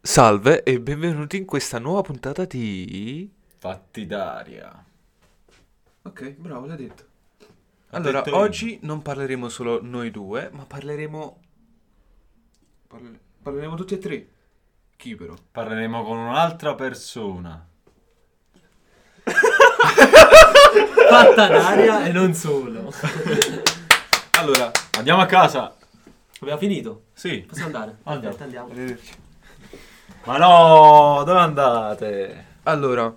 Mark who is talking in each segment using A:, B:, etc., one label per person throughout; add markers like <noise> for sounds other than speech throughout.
A: Salve e benvenuti in questa nuova puntata di...
B: Fatti d'aria.
A: Ok, bravo, l'ha detto.
B: Ho
A: allora,
B: detto io.
A: oggi non parleremo solo noi due, ma parleremo... parle- Parleremo tutti e tre. Chi però?
B: Parleremo con un'altra persona.
C: fatta d'aria e non solo.
A: Allora,
B: Andiamo a casa.
C: Abbiamo finito.
B: Sì.
C: Possiamo andare?
B: Andiamo.
C: Perfetto, andiamo.
A: arrivederci.
B: Ma no, dove andate?
A: Allora,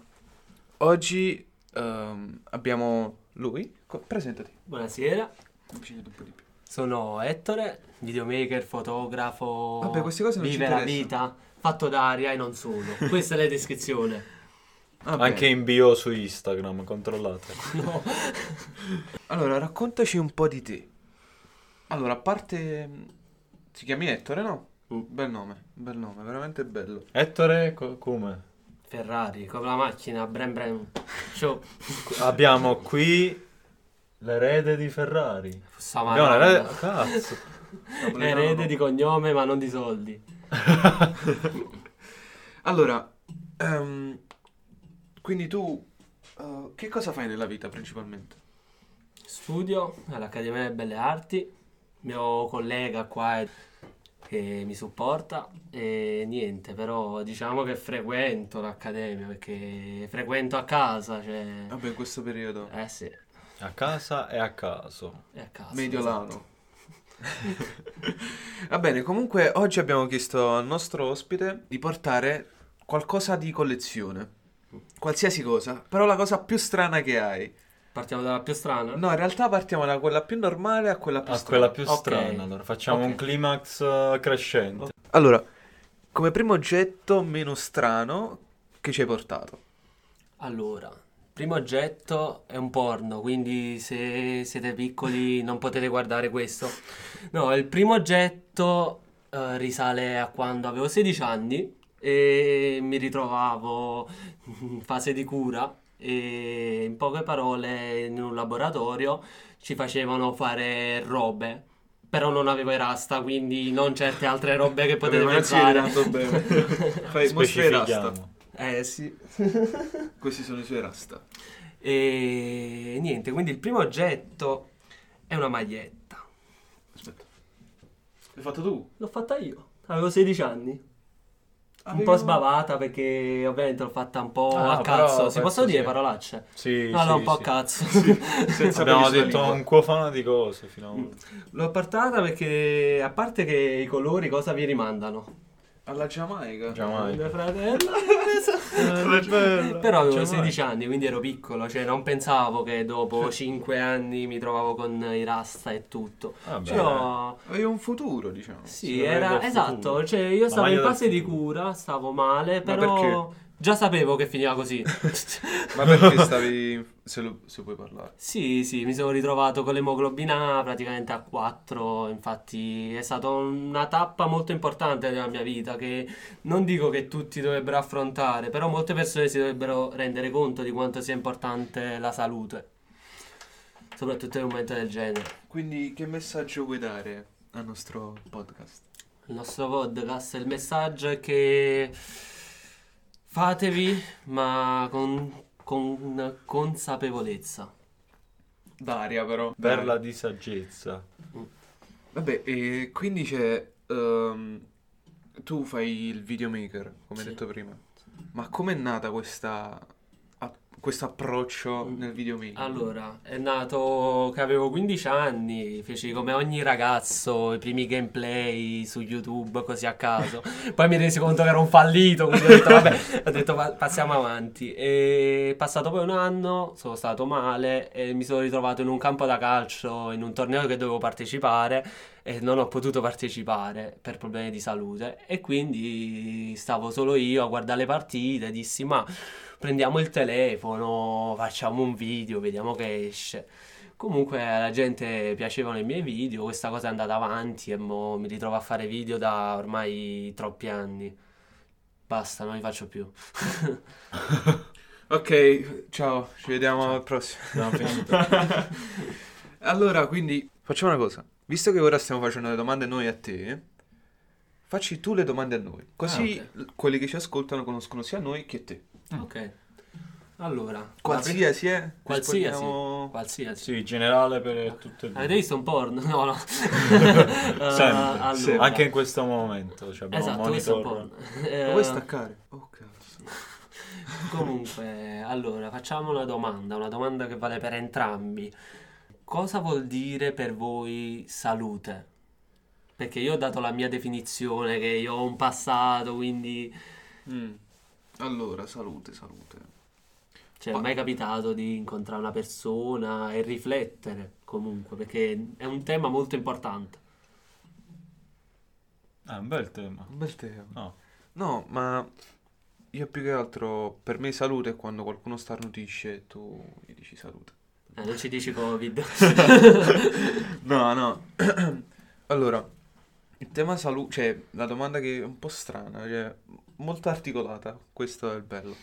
A: oggi ehm, abbiamo lui. Co- presentati.
C: Buonasera,
A: Mi piace un po' di più.
C: sono Ettore, videomaker, fotografo.
A: Vabbè, queste cose non ci
C: vive la
A: interessano.
C: vita, fatto d'aria e non solo. Questa è la descrizione.
A: Va Ah, bene.
B: Anche in bio su Instagram, controllate.
C: No.
A: Allora, raccontaci un po' di te. Allora, a parte... mm, Ti chiami Ettore, no? Bel nome, bel nome, veramente bello.
B: Ettore, co- come?
C: Ferrari, con la macchina, brem brem. Cioè, Ciao.
B: Abbiamo qui l'erede di Ferrari.
C: Fossa
B: Abbiamo
C: Madonna.
B: l'erede... Cazzo.
A: Napoletano
C: Erede
A: no.
C: di cognome ma non di soldi.
A: Allora, ehm, quindi tu eh, che cosa fai nella vita principalmente?
C: Studio all'Accademia delle Belle Arti, mio collega qua è- che mi supporta e niente, però diciamo che frequento l'Accademia perché frequento a casa, cioè...
A: Vabbè, in questo periodo
C: Eh sì, è
B: A casa e a caso.
C: a casa. esatto.
A: mediolano. <laughs> Va bene, comunque oggi abbiamo chiesto al nostro ospite di portare qualcosa di collezione. Qualsiasi cosa, però la cosa più strana che hai.
C: esatto. Partiamo dalla più strana?
A: No, in realtà partiamo da quella più normale a quella più
B: A
A: strana.
B: quella più
C: Ok.
B: strana. Allora, facciamo
C: Ok.
B: un climax eh, crescente.
A: Allora, come primo oggetto meno strano che ci hai portato.
C: Allora, primo oggetto è un porno, quindi se siete piccoli non potete guardare questo. No, il primo oggetto eh, risale a quando avevo 16 anni e mi ritrovavo in fase di cura e in poche parole in un laboratorio ci facevano fare robe. Però non avevo i rasta, quindi non certe altre robe che potete
A: Vabbè, ma non si vede
C: pensare.
A: tanto
C: <laughs>
A: bene. Fai mostri rasta.
B: Specifichiamo.
C: Eh sì.
A: Questi sono i suoi rasta.
C: E niente, quindi il primo oggetto è una maglietta.
A: Aspetta. L'hai fatto tu?
C: L'ho fatta io, avevo 16 anni. Un po' sbavata perché ovviamente l'ho fatta un po'
B: Ah,
C: a
B: però
C: cazzo. Si
B: penso
C: possono dire
B: sì.
C: parolacce?
B: Sì,
C: no, no,
B: sì,
C: un
B: <laughs> sì.
C: po' <laughs> a cazzo.
A: Senza
B: Abbiamo
A: peli sulla
B: detto
A: lingua.
B: un cuofano di cose fino a
C: Mm.
B: ora.
C: L'ho appartata perché, a parte che i colori cosa vi rimandano?
A: Alla Giamaica.
C: Mia
B: <laughs> Giamaica.
C: fratella.
B: Bella.
C: Però avevo
B: Giamaica.
C: 16 anni, quindi ero piccolo, cioè non pensavo che
B: <laughs>
C: dopo 5 anni mi trovavo con i rasta e tutto.
B: Vabbè.
C: Però
A: Avevi un futuro, diciamo.
C: Sì,
B: Sì,
C: era
B: del
C: esatto,
B: futuro.
C: cioè io
B: La
C: stavo in
B: maglia del
C: fase di
B: futuro.
C: cura, stavo male,
A: Ma
C: però
A: perché?
C: già sapevo che finiva
A: <laughs>
C: così.
A: Ma
B: <laughs>
A: perché stavi... Se, lo- se puoi parlare.
C: sì, sì, mi sono ritrovato con l'emoglobina praticamente a 4, infatti è stata una tappa molto importante nella mia vita che non dico che tutti dovrebbero affrontare, però molte persone si dovrebbero rendere conto di quanto sia importante la salute, soprattutto in un momento del genere.
A: Quindi che messaggio vuoi dare al nostro podcast?
C: Il nostro podcast, il messaggio è che fatevi, ma con, con consapevolezza.
A: Daria, però.
B: Perla di saggezza.
A: Vabbè, e quindi c'è... ehm, tu fai il videomaker, come
C: Sì.
A: detto prima. Ma com'è nata questa... a- questo approccio nel videomaking?
C: Mm. Allora, è nato che avevo 15 anni, feci come ogni ragazzo i primi gameplay su YouTube così a caso. Poi mi resi conto che ero un fallito, quindi ho detto vabbè, ho detto "Va- passiamo avanti. E passato poi un anno, sono stato male e mi sono ritrovato in un campo da calcio, in un torneo che dovevo partecipare e non ho potuto partecipare per problemi di salute e quindi stavo solo io a guardare le partite, dissi ma prendiamo il telefono, facciamo un video, vediamo che esce. Comunque alla gente piacevano i miei video, questa cosa è andata avanti e mo mi ritrovo a fare video da ormai troppi anni. Basta, non li faccio più. <laughs>
A: Ok, ciao, ci vediamo al prossimo.
B: No, finito.
A: <laughs> Allora, quindi facciamo una cosa. Visto che ora stiamo facendo le domande noi a te, Facci tu le domande a noi, così
C: Ah,
A: l- quelli che ci ascoltano conoscono sia noi che te.
C: Ok. Allora,
A: Qualsiasi, eh?
C: qualsiasi,
A: rispondiamo-
C: qualsiasi.
B: Sì, generale per tutte e due.
C: Avete visto un porno? <laughs>
B: <laughs>
C: No, no. Eh,
B: Sempre,
C: allora.
B: sì. anche in questo momento. Cioè abbiamo
C: Esatto,
B: un
C: questo è un
B: monitor.
C: porno. Eh,
A: Lo vuoi staccare? Oh, cazzo.
C: Comunque, allora, facciamo una domanda, una domanda che vale per entrambi. Cosa vuol dire per voi salute? Perché io ho dato la mia definizione, che io ho un passato, quindi...
A: Mm. Allora, salute, salute.
C: Cioè, è mai capitato di incontrare una persona e riflettere, comunque, perché è un tema molto importante.
B: È un bel tema.
A: Un bel tema.
B: No. Eh,
A: No, ma io più che altro, per me salute è quando qualcuno starnutisce, tu gli dici salute.
C: Eh, non ci dici
B: <laughs>
C: Covid.
A: No, no. <clears throat> allora, il tema salute, cioè la domanda che è un po' strana, cioè, molto articolata, questo è il bello.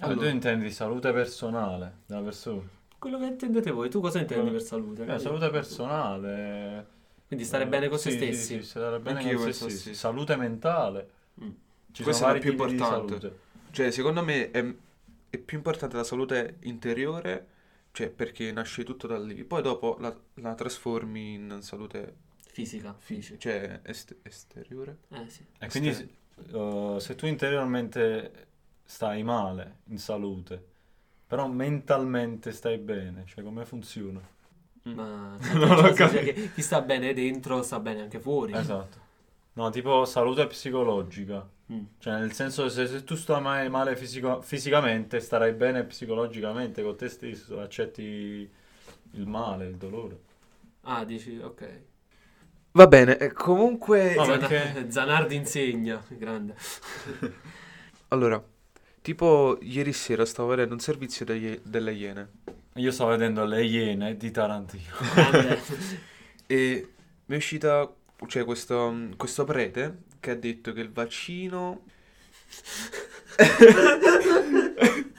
B: Ah,
A: Allora.
B: Tu intendi salute personale della persona?
C: Quello che intendete voi, tu cosa intendi per salute?
B: Eh, salute personale. eh,
C: Quindi stare bene con se
B: Sì,
C: stessi.
B: Sì, sì, stare bene
A: Anch'io
B: con se
A: penso
B: stessi.
A: sì.
B: Salute mentale.
C: Mm.
B: Ci
A: Questa
B: sono
A: è la
B: vari
A: più
B: tipi di
A: importante.
B: salute.
A: Cioè, secondo me è, è più importante la salute interiore, cioè perché nasce tutto da lì, poi dopo la, la trasformi in salute
C: Fisica,
A: fisica,
C: fisica.
A: cioè est- esteriore.
C: Eh sì.
B: E quindi se, eh, se tu interiormente stai male, in salute, però mentalmente stai bene, cioè come funziona?
C: Ma
B: <laughs> Non ho
C: cioè, che chi sta bene dentro sta bene anche fuori.
B: Esatto. No, tipo salute psicologica.
C: Mm.
B: Cioè, nel senso, se, se tu stai mai- male fisico- fisicamente, starai bene psicologicamente con te stesso, accetti il male, il dolore.
C: Ah, dici, ok.
A: Va bene, e comunque...
B: No,
C: Zana- <laughs>
B: perché-
C: Zanardi insegna, grande.
A: Allora, tipo ieri sera stavo vedendo un servizio degli- delle Iene
B: Io sto vedendo Le Iene di Tarantino. <laughs>
C: Grande.
A: e mi è uscita, cioè questo, questo prete che ha detto che il vaccino... <laughs>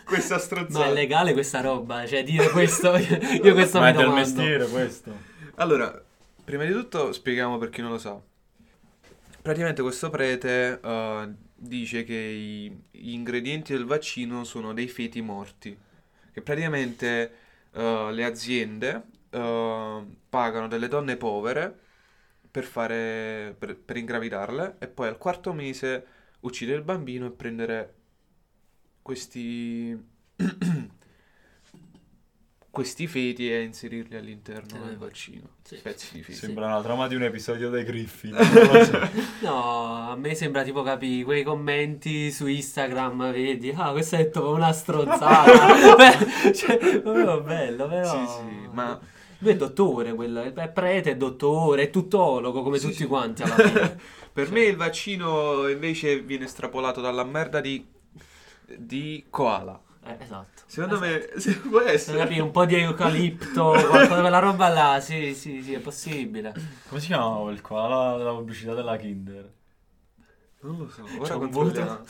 A: Questa
C: Ma
A: strozzata.
C: è legale questa roba? Cioè, dire questo, io io questo
B: Ma
C: mi
B: è del
C: domando.
B: mestiere questo.
A: Allora, prima di tutto spieghiamo per chi non lo sa. Praticamente questo prete eh, dice che i- gli ingredienti del vaccino sono dei feti morti, che praticamente eh, le aziende eh, pagano delle donne povere per, fare, per, per ingravidarle e poi al quarto mese uccidere il bambino e prendere questi, <clears throat> questi feti e inserirli all'interno
C: Eh,
A: del vaccino,
C: sì.
A: pezzi di feti.
B: Sembra una trama di un episodio dei <laughs> Griffin. non lo so.
C: No, a me sembra tipo capi quei commenti su Instagram, vedi? Ah, questo è tipo una strozzata.
B: <laughs>
C: <laughs> Beh, cioè, proprio bello, però.
A: Sì, sì, ma
C: Lui è dottore, quello, è prete, è dottore, è tuttologo come
A: Sì,
C: tutti
A: sì.
C: quanti alla fine.
A: <laughs> per me il vaccino invece viene estrapolato dalla merda di, di koala.
C: Eh, esatto.
A: Secondo me se può
C: Devo
A: essere...
C: capire, un po' di
A: <laughs>
C: eucalipto, qualcosa, quella roba là, sì, sì, sì, è possibile.
B: Come si chiamava quel qua? La, la pubblicità della Kinder.
A: Non lo so,
C: C'è
A: ora
C: un
A: controlliamo.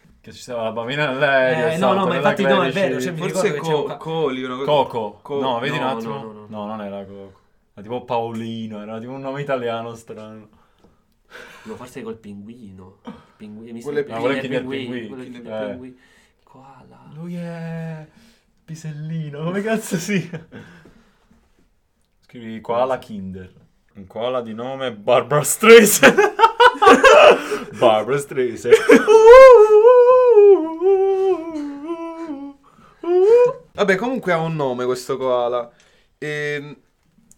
A: <laughs>
B: Che ci stava la bambina nell'aereo.
C: Eh,
B: il
C: no,
B: salto
C: no, ma
B: nella
C: infatti no, è
B: 13.
C: vero, c'è- Mi
A: Forse
C: ricordo che c'è un
A: co-
C: ca-
A: Coli, una cosa-
B: Coco.
A: Co-
B: no, vedi
C: no,
B: un attimo.
C: no, no, no.
B: non era Coco. Era tipo Paolino, era tipo un nome italiano strano.
C: No, forse col pinguino. Il pinguino, mi
A: Quello è
C: sembra-
A: Kinder
C: il
B: Pinguino,
C: quello è il
A: Kinder
C: Kinder
B: eh.
C: Pinguino. Koala.
B: Lui è Pisellino, come cazzo si? Scrivi koala Kinder. Un koala di nome Barbara Streisand. <laughs> Barbara Streisand.
A: Vabbè, comunque ha un nome questo koala. E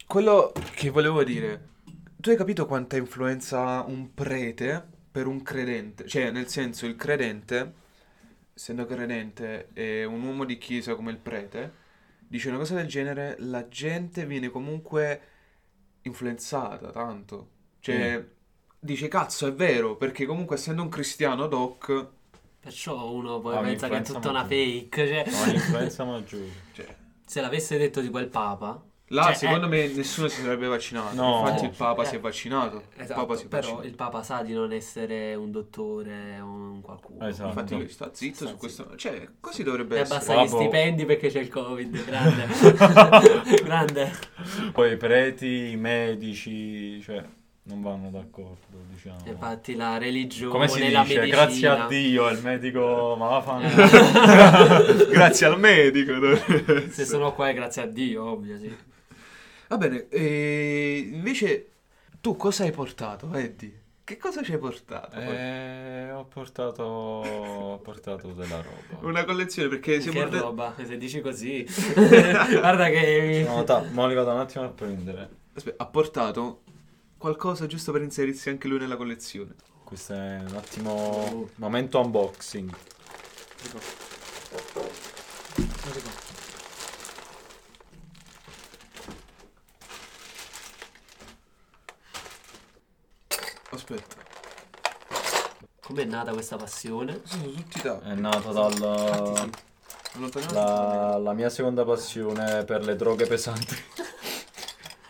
A: quello che volevo dire, tu hai capito quanta influenza ha un prete per un credente? Cioè, nel senso, il credente, essendo credente e un uomo di chiesa come il prete, dice una cosa del genere, la gente viene comunque influenzata tanto. Cioè, dice, cazzo, è vero, perché comunque essendo un cristiano doc...
C: Perciò uno poi
B: Ah,
C: pensa che è
B: un'influenza
C: tutta una
B: maggiore.
C: fake. Cioè,
B: No, l'influenza maggiore.
A: Cioè,
C: se l'avesse detto di quel papa.
A: Là,
C: Cioè,
A: secondo
C: eh.
A: me, nessuno si sarebbe vaccinato.
B: No.
A: Infatti, il Papa
C: Eh,
A: si è vaccinato. il
C: Esatto,
A: Papa si è
C: però
A: vaccinato.
C: il papa sa di non essere un dottore o un qualcuno.
B: Esatto.
A: Infatti,
B: no. Ah,
A: lui sta zitto
C: Sta
A: su questo. Cioè, così dovrebbe
C: E
A: essere.
C: abbassa gli
B: Vabbò.
C: stipendi perché c'è
B: <laughs>
C: il covid, grande. grande.
B: Poi i preti, i medici, cioè non vanno d'accordo, diciamo.
C: Infatti la religione,
B: Come si
C: la
B: dice?
C: medicina...
B: Grazie a Dio, il medico, ma la fanno.
A: Grazie al medico.
C: Se sono qua è grazie a Dio, ovvio, sì.
A: <laughs> Va bene, e invece tu cosa hai portato, Eddie? Che cosa ci hai portato?
B: Eh, ho portato, ho portato della roba.
A: Una collezione perché siamo
C: Che
A: ormai-
C: roba, se dici così. Guarda che...
B: No, ta, ma li vado un attimo a prendere.
A: Aspetta, ha portato qualcosa giusto per inserirsi anche lui nella collezione.
B: Questo è un attimo momento unboxing.
A: Aspetta,
C: Com'è nata questa passione?
A: sono tutti da.
B: È nato dalla
C: Infatti
A: Allontanato.
B: Eh, la, la mia seconda passione per le droghe pesanti.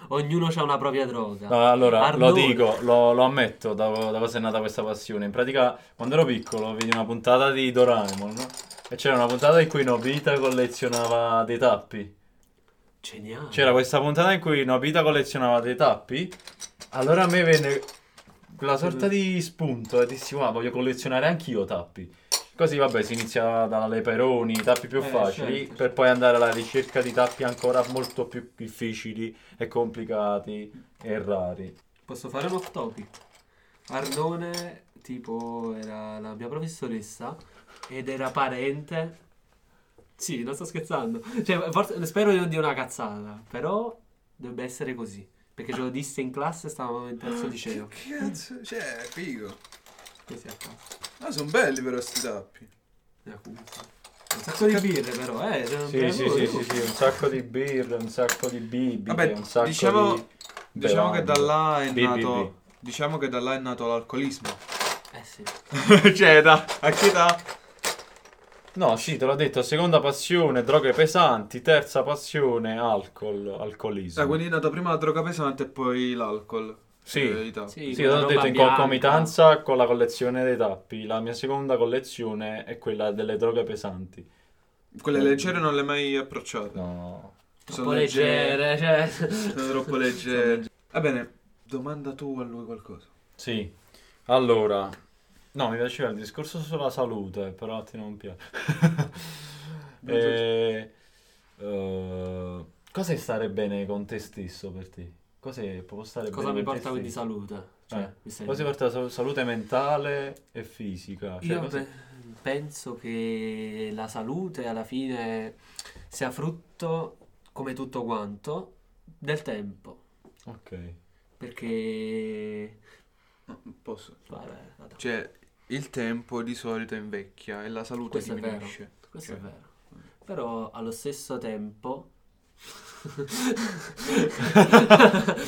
C: Ognuno ha una propria droga.
B: No, Ah, allora, lo
C: Arnone.
B: dico, lo, lo ammetto da, da cosa è nata questa passione. In pratica, quando ero piccolo, vidi una puntata di Doraemon no? e c'era una puntata in cui Nobita collezionava dei tappi.
C: Geniale.
B: C'era questa puntata in cui Nobita collezionava dei tappi. Allora a me venne quella sorta di spunto e dissi, wow, voglio collezionare anch'io tappi. Così, vabbè, si inizia dalle peroni, i tappi più
C: Eh,
B: facili,
C: certo.
B: per poi andare alla ricerca di tappi ancora molto più difficili e complicati e rari.
C: Posso fare un off topic? Arnone, tipo, era la mia professoressa ed era parente. Sì, non sto scherzando. Cioè, forse- spero di non dire una cazzata, però dovrebbe essere così. Perché ce lo disse in classe e stavamo in terzo liceo.
A: Che cazzo? Cioè, figo.
C: Così ecco. a caso.
A: Ma sono belli però sti tappi.
C: Mi accusa. Un sacco di birre però, eh. cioè,
B: Sì, sì,
C: bravo,
B: sì,
C: tu.
B: sì, sì, un sacco di birra, un sacco di bibite,
A: Vabbè,
B: un sacco
A: diciamo-
B: di...
A: Diciamo che da là è
B: Bi, bi,
A: nato. Diciamo che da là è nato l'alcolismo. <laughs>
C: Eh sì.
A: cioè, da. A che età?
B: No, sì, te l'ho detto, seconda passione, droghe pesanti, terza passione, alcol, alcolismo.
A: Ah, quindi è nato prima la droga pesante e poi l'alcol. Eh,
B: Sì.
A: In verità.
C: Sì.
B: Sì, te l'ho
C: roba
B: detto in
C: bianca.
B: concomitanza con la collezione dei tappi. La mia seconda collezione è quella delle droghe pesanti.
A: Quelle leggere non le hai mai approcciate.
B: No.
C: Un po' leggere, cioè.
A: Sono
C: <laughs>
A: troppo leggere. Va bene, domanda tu a lui qualcosa.
B: Sì. Allora, no, mi piaceva il discorso sulla salute, però a te non piace.
C: <laughs>
B: E, eh, cos'è stare bene con te stesso per te? Cos'è può stare
C: Cosa mi
B: bene con
C: porta
B: te
C: quindi
B: stesso?
C: salute?
B: Eh,
C: Cioè, mi stai-
B: Cosa ti porta sal- salute mentale e fisica? Cioè,
C: Io
B: cosa-
C: pe- penso che la salute alla fine sia frutto, come tutto quanto, del tempo.
B: Ok.
C: Perché...
A: No, posso.
C: Vabbè, vado.
A: Cioè, il tempo di solito invecchia e la salute
C: Questo è
A: diminuisce.
C: Questo
A: Ok.
C: è vero. Però allo stesso tempo...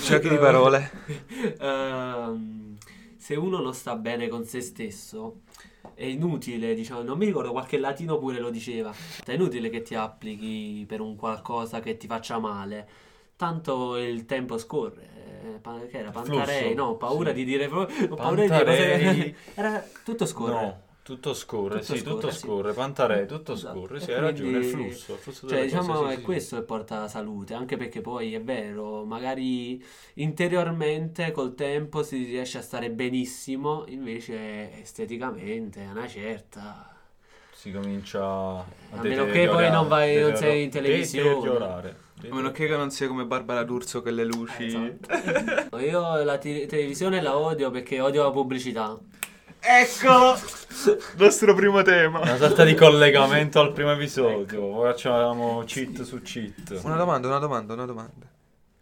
A: Cerchi di parole.
C: <laughs> Ehm, se uno non sta bene con se stesso, è inutile, diciamo, non mi ricordo, qualche latino pure lo diceva, è inutile che ti applichi per un qualcosa che ti faccia male, tanto il tempo scorre. eh, pa- Che era
B: Flusso,
C: Pantarei? No, paura
B: sì.
C: di dire pro- ho paura di dire <laughs>
B: Pantarei.
C: cose- Era tutto scorre.
B: No, tutto scorre,
C: Tutto
B: sì,
C: scorre,
B: tutto
C: sì.
B: scorre, Pantarei, tutto
C: Esatto.
B: scorre,
C: E
B: sì, hai ragione, il
C: quindi-
B: flusso, il flusso
C: Cioè,
B: delle cose,
C: diciamo,
B: sì,
C: è
B: sì,
C: questo che porta salute, anche perché poi è vero, magari interiormente col tempo si riesce a stare benissimo, invece esteticamente è una certa.
B: Si comincia a
C: A meno che poi non vai- non sei in televisione.
B: Deteriorare.
A: A meno che non sia come Barbara D'Urso che le luci.
C: Eh,
A: <laughs>
C: Esatto. Io la te- televisione la odio perché odio la pubblicità.
A: Eccolo! Nostro primo tema.
B: Una sorta di collegamento al primo episodio, poi facciamo cheat su cheat.
A: Una domanda, una domanda, una domanda.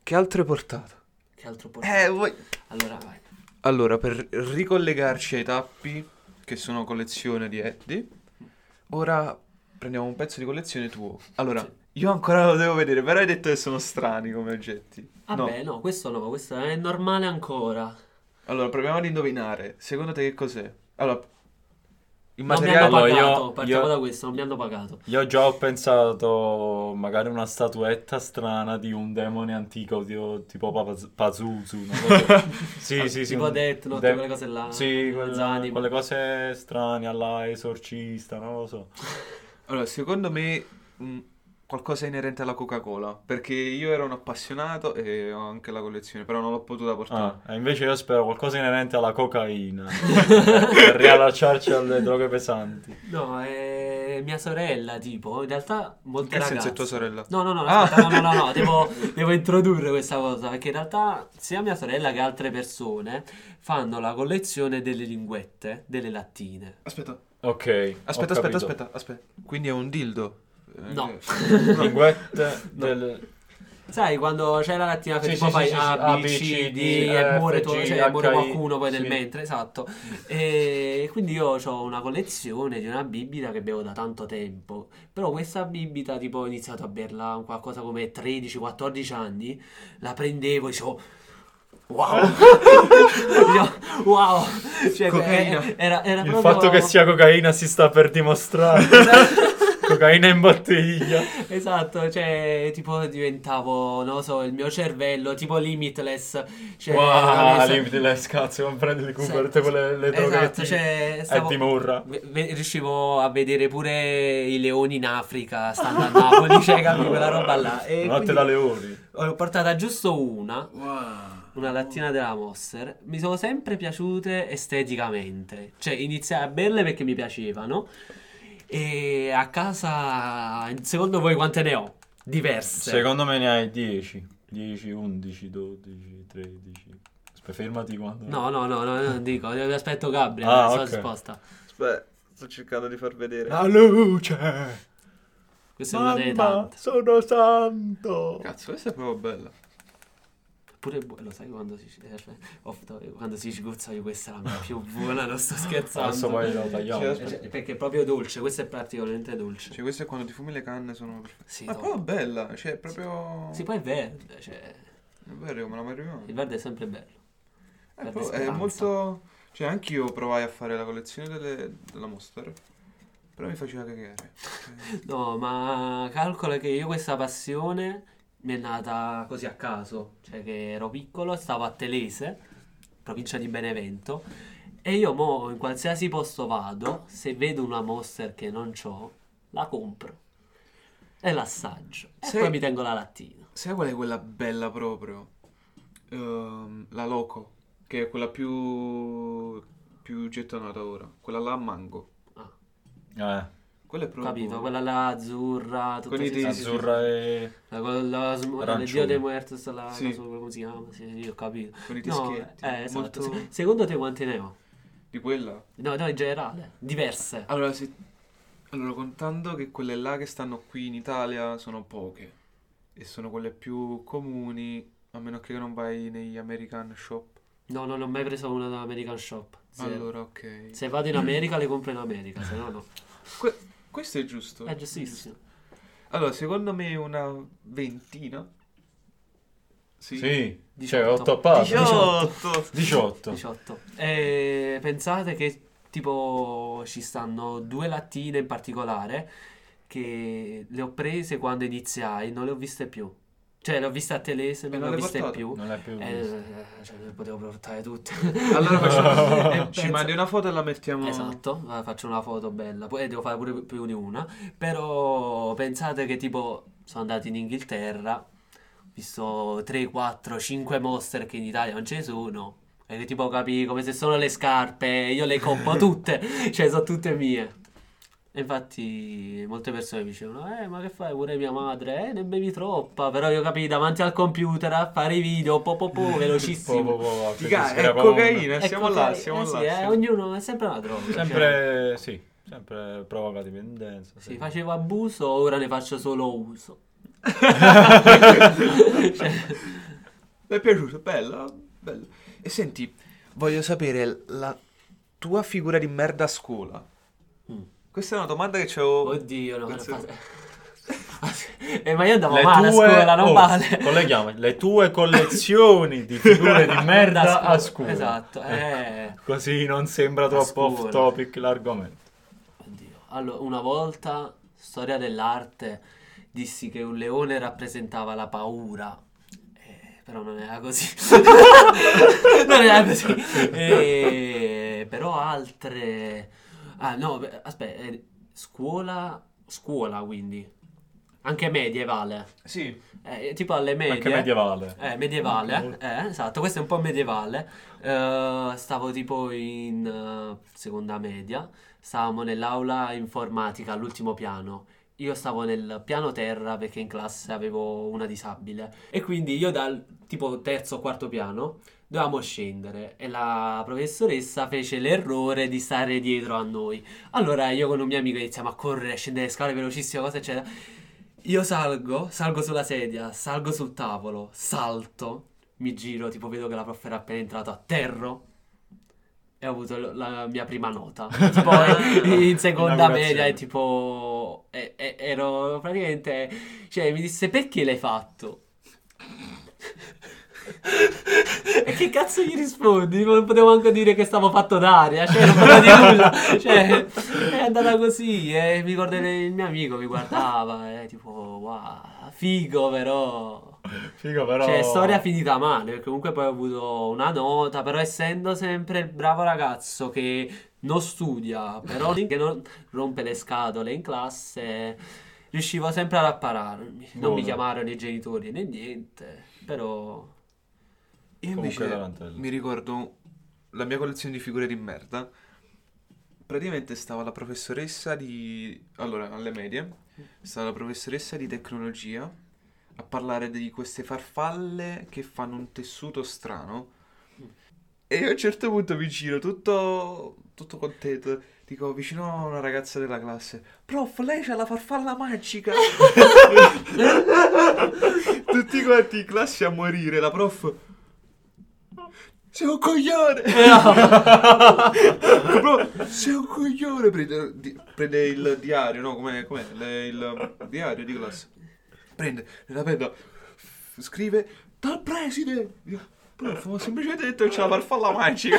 A: Che altro hai portato?
C: Che altro può
A: Eh, voi...
C: Allora vai.
A: Allora, per ricollegarci ai tappi, che sono collezione di Eddie, ora prendiamo un pezzo di collezione tuo. Allora, io ancora lo devo vedere, però hai detto che sono strani come oggetti. no.
C: Vabbè, no. questo no, questo è normale ancora.
A: Allora, proviamo ad indovinare. Secondo te che cos'è? Allora, il
C: Non mi hanno
A: materiale...
B: Allora, io-
C: pagato, partiamo
B: io-
C: da questo, non mi
A: <laughs>
C: hanno pagato.
B: Io già ho pensato magari una statuetta strana di un demone antico tipo, tipo Papa- Pazuzu, non lo so. <laughs> Sì, sì, sì.
C: tipo
B: un-
C: Death Note,
B: de-
C: quelle cose là.
B: Sì, quella-
C: Zanimo.
B: quelle cose strane alla esorcista, non lo so.
A: Allora, secondo me mh, qualcosa inerente alla Coca-Cola, perché io ero un appassionato e ho anche la collezione, però non l'ho potuta portare.
B: Ah, e invece io spero qualcosa inerente alla <laughs> cocaina. per riallacciarci alle droghe pesanti.
C: No, è mia sorella, tipo, in realtà molte
A: Che senso
C: ragazze...
A: è tua sorella?
C: No, no, no,
A: Ah.
C: aspetta, no, no, no, no, devo, devo introdurre questa cosa, perché in realtà sia mia sorella che altre persone fanno la collezione delle linguette, delle lattine.
A: Aspetta,
B: Ok.
A: aspetta,
B: ho
A: aspetta,
B: capito.
A: aspetta, aspetta. Quindi è un dildo? Eh,
C: No. <laughs>
B: Linguette del...
C: Sai, quando c'è la lattina che
B: Sì,
C: tipo
B: sì,
C: fai
B: sì, sì,
C: A,
B: A,
C: B,
B: B,
C: C,
B: C,
C: D
B: D,
C: e
B: F,
C: muore, tu-
B: G,
C: cioè, muore
B: H, I,
C: qualcuno poi nel
B: sì.
C: mentre, esatto. E quindi io ho una collezione di una bibita che bevo da tanto tempo, però questa bibita tipo ho iniziato a berla qualcosa come 13-14 anni, la prendevo e dicevo...
B: <laughs>
C: Wow, Dicevo, wow, cioè,
A: Cocaina.
C: era, era
B: Il
C: proprio...
B: fatto che sia cocaina si sta per dimostrare. <laughs> cocaina in bottiglia.
C: Esatto, cioè, tipo diventavo, non lo so, il mio cervello, tipo limitless. Cioè,
B: Wow,
C: adesso-
B: limitless, cazzo, non prendi le
C: Sì,
B: coperte con le, le droghe
C: esatto,
B: che ti-
C: cioè,
B: e
C: stavo-
B: ti morra.
C: ve- ve- riuscivo a vedere pure i leoni in Africa, stando a Napoli, <laughs> cioè, capi, quella roba là. E
B: Notte
C: quindi
B: da leoni.
C: Ho portata giusto una,
A: Wow.
C: una lattina della Mosser. Mi sono sempre piaciute esteticamente. Cioè, iniziai a berle perché mi piacevano. E a casa, secondo voi quante ne ho? Diverse.
B: Secondo me ne hai 10. 10, 11, 12, 13. Aspetta, fermati quando...
C: No, no, no, no, non dico, aspetto Gabriel,
B: Ah,
C: la sua
B: ok.
C: risposta.
A: Aspetta, sto cercando di far vedere.
B: La luce!
C: Questa è una delle
B: Mamma,
C: tante.
B: sono santo!
A: Cazzo, questa è proprio bella.
C: Pure bu- lo sai quando si eh, aspetta, off topic, quando si sgozza io questa è la mia più buona, non sto
B: Ah, Adesso
C: scherzando.
B: poi lo tagliamo.
A: Sì,
C: Eh, cioè, perché è proprio dolce, questa è particolarmente dolce.
A: Cioè, questa è quando ti fumi le canne sono...
C: Sì,
A: Ma è
C: no.
A: proprio bella, cioè, è proprio...
C: Sì, poi è verde, cioè,
A: È vero, me la mai arrivata.
C: il verde è sempre bello.
A: Eh,
C: La
A: però è
C: tesperanza.
A: molto. Cioè, anche io provai a fare la collezione delle- della Monster. Però mi faceva cagare. Cioè,
C: No, ma calcola che io questa passione mi è nata così a caso, cioè che ero piccolo, stavo a Telese, provincia di Benevento, e io mo in qualsiasi posto vado, se vedo una Monster che non c'ho, la compro e l'assaggio. E
A: Sì.
C: poi mi tengo la lattina.
A: Sai qual è quella bella proprio? Ehm, la Loco, che è quella più. più gettonata ora. Quella là a mango.
C: Ah,
B: Eh,
A: Quella è proprio.
C: capito, quella là azzurra, tutta
A: Quelli
C: sì,
A: di-
C: sì,
B: azzurra e...
C: sì. La- quella- la sm-
B: arancione.
C: il Dio dei Muertos, la, la
A: Sì.
C: sua- come si chiama? Sì, sì, ho capito.
A: Con i
C: No,
A: dischetti.
C: eh, esatto.
A: molto-
C: Se- Secondo te quanti ne ho?
A: Di quella.
C: No, no, in generale, diverse.
A: Allora, se... allora, contando che quelle là che stanno qui in Italia sono poche e sono quelle più comuni, a meno che non vai negli American shop.
C: No, non ho mai preso una da American Shop. Zero.
A: Allora, ok.
C: Se vado in America le compro in America, se no no.
A: Que- questo è giusto.
C: È giustissimo.
A: Allora, secondo me una ventina. Sì.
B: Sì,
C: Diciotto.
B: cioè ho toppato.
A: 18.
B: 18.
C: 18. E Eh, pensate che tipo ci stanno due lattine in particolare che le ho prese quando iniziai, non le ho viste più. Cioè le ho viste a Telese, non
A: non
C: le ho
A: le
C: viste
A: portate?
C: più.
B: Non è più...
C: Eh, cioè, le potevo portare tutte.
A: Allora
C: <laughs>
A: facciamo...
C: E
A: Ci
C: pensa-
A: mandi una foto e la mettiamo...
C: Esatto, eh, faccio una foto bella, poi eh, devo fare pure più di una, però pensate che tipo sono andato in Inghilterra, ho visto 3, 4, 5 monster che in Italia non ce ne sono, e che tipo capi come se sono le scarpe, io le compro tutte, cioè sono tutte mie. E infatti molte persone mi dicevano, eh ma che fai pure mia madre, eh ne bevi troppa, però io capì davanti al computer a fare i video, po po po,
B: Po, po,
C: velocissimo.
B: po, po,
A: Dica,
B: si
A: è
B: scrapa
A: cocaina,
C: Ecco,
A: siamo là,
C: ok,
A: siamo
C: eh
A: là.
C: sì, eh,
A: siamo-
C: ognuno è sempre una droga.
B: un-
C: cioè.
B: Sempre... Sì, sempre provoca dipendenza.
C: Sì, facevo abuso, ora ne faccio solo uso.
A: Mi è piaciuto, bella, bella. E senti, voglio sapere la tua figura di merda a scuola.
C: Mm.
A: Questa è una domanda che c'ho...
C: Oddio, no,
A: Grazie.
C: non fate- <laughs> Eh, ma io andavo male a scuola, non
B: oh,
C: male.
B: colleghiamo, le tue collezioni di figure
C: <laughs>
B: di merda a scuola.
C: Esatto, eh.
B: Così non sembra troppo off
C: scuola.
B: topic l'argomento.
C: Oddio. Allora, una volta, storia dell'arte, dissi che un leone rappresentava la paura. Eh, Però non era così. <laughs> <laughs> non
B: <laughs>
C: era così. Eh, però altre... Ah no, beh, aspetta, eh, scuola... Scuola quindi. Anche medievale.
A: Sì.
C: Eh, tipo alle medie.
B: Anche medievale.
C: Eh, medievale,
B: Ok.
C: eh, esatto, questo è un po' medievale. Eh, stavo tipo in eh, seconda media, stavamo nell'aula informatica all'ultimo piano. Io stavo nel piano terra perché in classe avevo una disabile e quindi io dal tipo terzo o quarto piano dovevamo scendere e la professoressa fece l'errore di stare dietro a noi. Allora io con un mio amico iniziamo a correre, a scendere le scale velocissimo, cosa eccetera. Io salgo, salgo sulla sedia, salgo sul tavolo, salto, mi giro, tipo vedo che la prof era appena entrata a terra e ho avuto l- la mia prima nota. Tipo eh, in seconda
B: Inaugurazione.
C: media e tipo e- e- ero praticamente cioè mi disse "Perché l'hai fatto?" E che cazzo gli rispondi? Non potevo anche dire che stavo fatto d'aria, cioè non potevo dire nulla. Cioè, è andata così. E mi ricordo che il mio amico mi guardava, e tipo, wow, figo però.
B: Figo però.
C: Cioè,
B: <laughs>
C: storia <laughs> finita male, perché comunque poi ho avuto una nota, però essendo sempre il bravo ragazzo che non studia, però <laughs> che non rompe le scatole in classe, riuscivo sempre a rappararmi. Non mi
B: Buono.
C: chiamarono i genitori né niente, però...
A: Io
B: Comunque la
A: invece
B: tarantella.
A: mi ricordo la mia collezione di figure di merda. Praticamente stava la professoressa di... Allora, alle medie, stava la professoressa di tecnologia a parlare di queste farfalle che fanno un tessuto strano. E io a un certo punto mi giro tutto, tutto contento, dico vicino a una ragazza della classe, prof, lei c'ha la farfalla magica! Tutti quanti in classe a morire, la prof... Sei un coglione! Proprio, sei un coglione! Prende, di- prende il diario, no? Com'è? com'è? Le- il um, diario di classe. Prende, la penna, scrive dal preside! Io, Prof, ho semplicemente detto che c'è la farfalla
C: <laughs>
A: magica.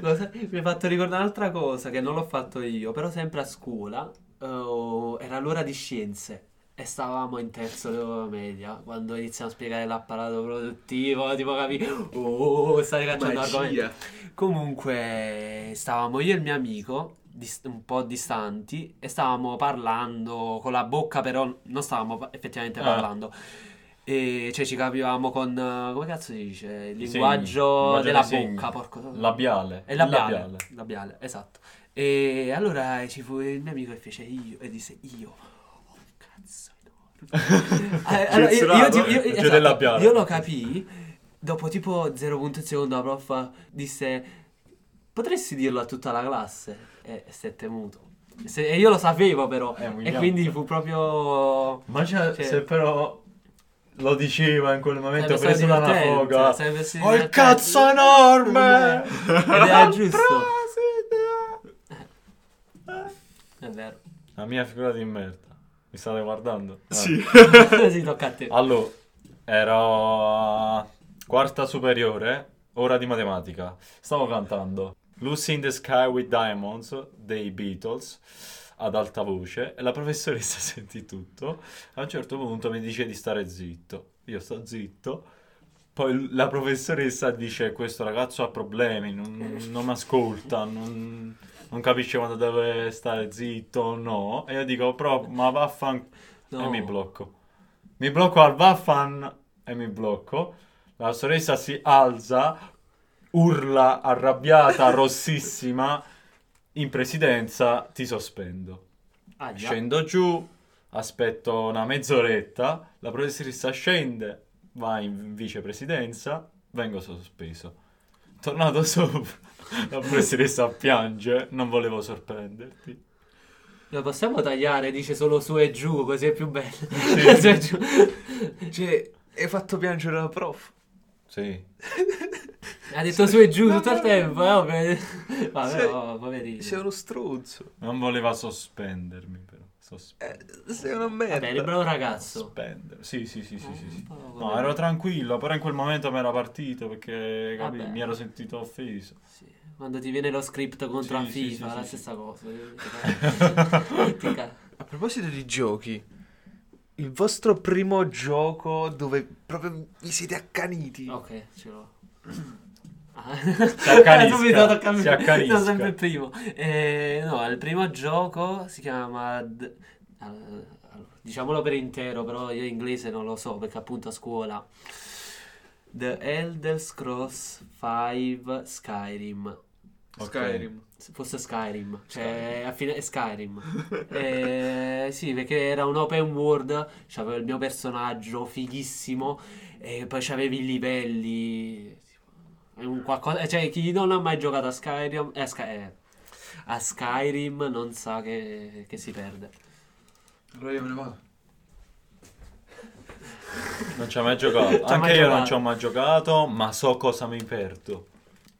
C: Lo sai, mi hai fatto ricordare un'altra cosa che non l'ho fatto io, però sempre a scuola, eh, era l'ora di scienze e stavamo in terzo media quando iniziamo a spiegare l'apparato produttivo, tipo capi, oh, stai cacciando argomenti.
A: Magia.
C: Comunque, stavamo io e il mio amico dis- un po' distanti e stavamo parlando con la bocca, però non stavamo pa- effettivamente
B: Ah.
C: parlando. E cioè ci capivamo con eh, come cazzo si dice? Il
B: I segni,
C: linguaggio
B: il
C: della
B: dei segni.
C: bocca, porco.
B: Labiale.
C: È labiale, labiale. esatto. E allora ci fu il mio amico e fece io e disse io. Oh, cazzo
B: <laughs>
C: enorme. Eh, allora, io, io, io- io-
B: Giro
C: esatto,
B: del labiale.
C: io lo capii dopo tipo 0 punto secondo la prof disse potresti dirlo a tutta la classe e stette muto. Se- e io lo sapevo però
B: Eh,
C: e
B: umiliante.
C: quindi fu proprio
B: Immagina
C: Cioè-
B: se però lo diceva in quel momento
C: Sarebbe
B: preso da
C: stato
B: una
C: divertente,
B: foga.
C: sarebbe stato
B: Oh il
C: divertente.
B: cazzo enorme!
C: Ed era giusto.
B: Preside!
C: è vero. <laughs>
B: La mia figura di merda. Mi state guardando? Ah.
A: Sì.
C: si tocca a te.
B: <laughs> Allora, ero a quarta superiore, ora di matematica. Stavo cantando Lucy in the Sky with Diamonds dei Beatles ad alta voce e la professoressa <laughs> sentì tutto. A un certo punto mi dice di stare zitto. Io sto zitto. Poi la professoressa dice questo ragazzo ha problemi, non, non ascolta, non, non capisce quando deve stare zitto o no. E io dico, però, ma vaffan...
C: No.
B: E mi blocco. Mi blocco al vaffan e mi blocco. La sorella si alza, urla arrabbiata, <laughs> rossissima. In presidenza ti sospendo.
C: Ah, già.
B: Scendo giù, aspetto una mezz'oretta, la professoressa scende, va in vicepresidenza, vengo sospeso. Tornato <laughs> sopra, la professoressa piange, non volevo sorprenderti.
C: Lo possiamo tagliare, dice solo su e giù, così è più bello.
B: Sì.
C: <laughs> Su e giù.
A: Cioè, hai fatto piangere la prof.
B: Sì.
C: Ha detto su e giù tutto il tempo. eh, ovvio. Vabbè,
A: Sei-
C: oh, poverino.
A: Sei uno stronzo.
B: Non voleva sospendermi però. Sospendere.
A: Eh, sei una merda.
C: Vabbè, eri bravo ragazzo.
B: Sospendere. Sì, sì, sì, sì, sì, sì.
C: Oh,
B: No, ero tranquillo, però in quel momento mi era partito perché capì,
C: Vabbè.
B: mi ero sentito offeso.
C: Sì. Quando ti viene lo script contro
B: Sì,
C: a
B: sì,
C: FIFA,
B: sì,
C: la
B: sì,
C: stessa
B: <laughs>
C: cosa. Ti ca-
A: A proposito di giochi, il vostro primo gioco dove proprio vi siete accaniti.
C: ok, ce l'ho. <coughs> Ah.
B: accanisca,
C: <laughs> Subito tocca a me.
B: si accanisca.
C: No, sempre il primo. Eh, no, il primo gioco si chiama... D- Allora, allora, diciamolo per intero, però io inglese non lo so perché appunto a scuola. The Elder Scrolls 5 Skyrim.
B: Ok.
A: Skyrim.
C: Se fosse Skyrim, cioè a fine- Skyrim. Eh, sì, perché era un open world, c'avevo il mio personaggio fighissimo e poi c'avevi i livelli. È un qualcosa, cioè chi non ha mai giocato a Skyrim, eh, Sky- eh, a Skyrim non sa che, che si perde.
A: Allora io me ne vado.
B: Non ci ho mai giocato.
C: Ci ha
B: Anche
C: mai
B: io
C: giocato.
B: non ci ho mai giocato, ma so cosa mi perdo.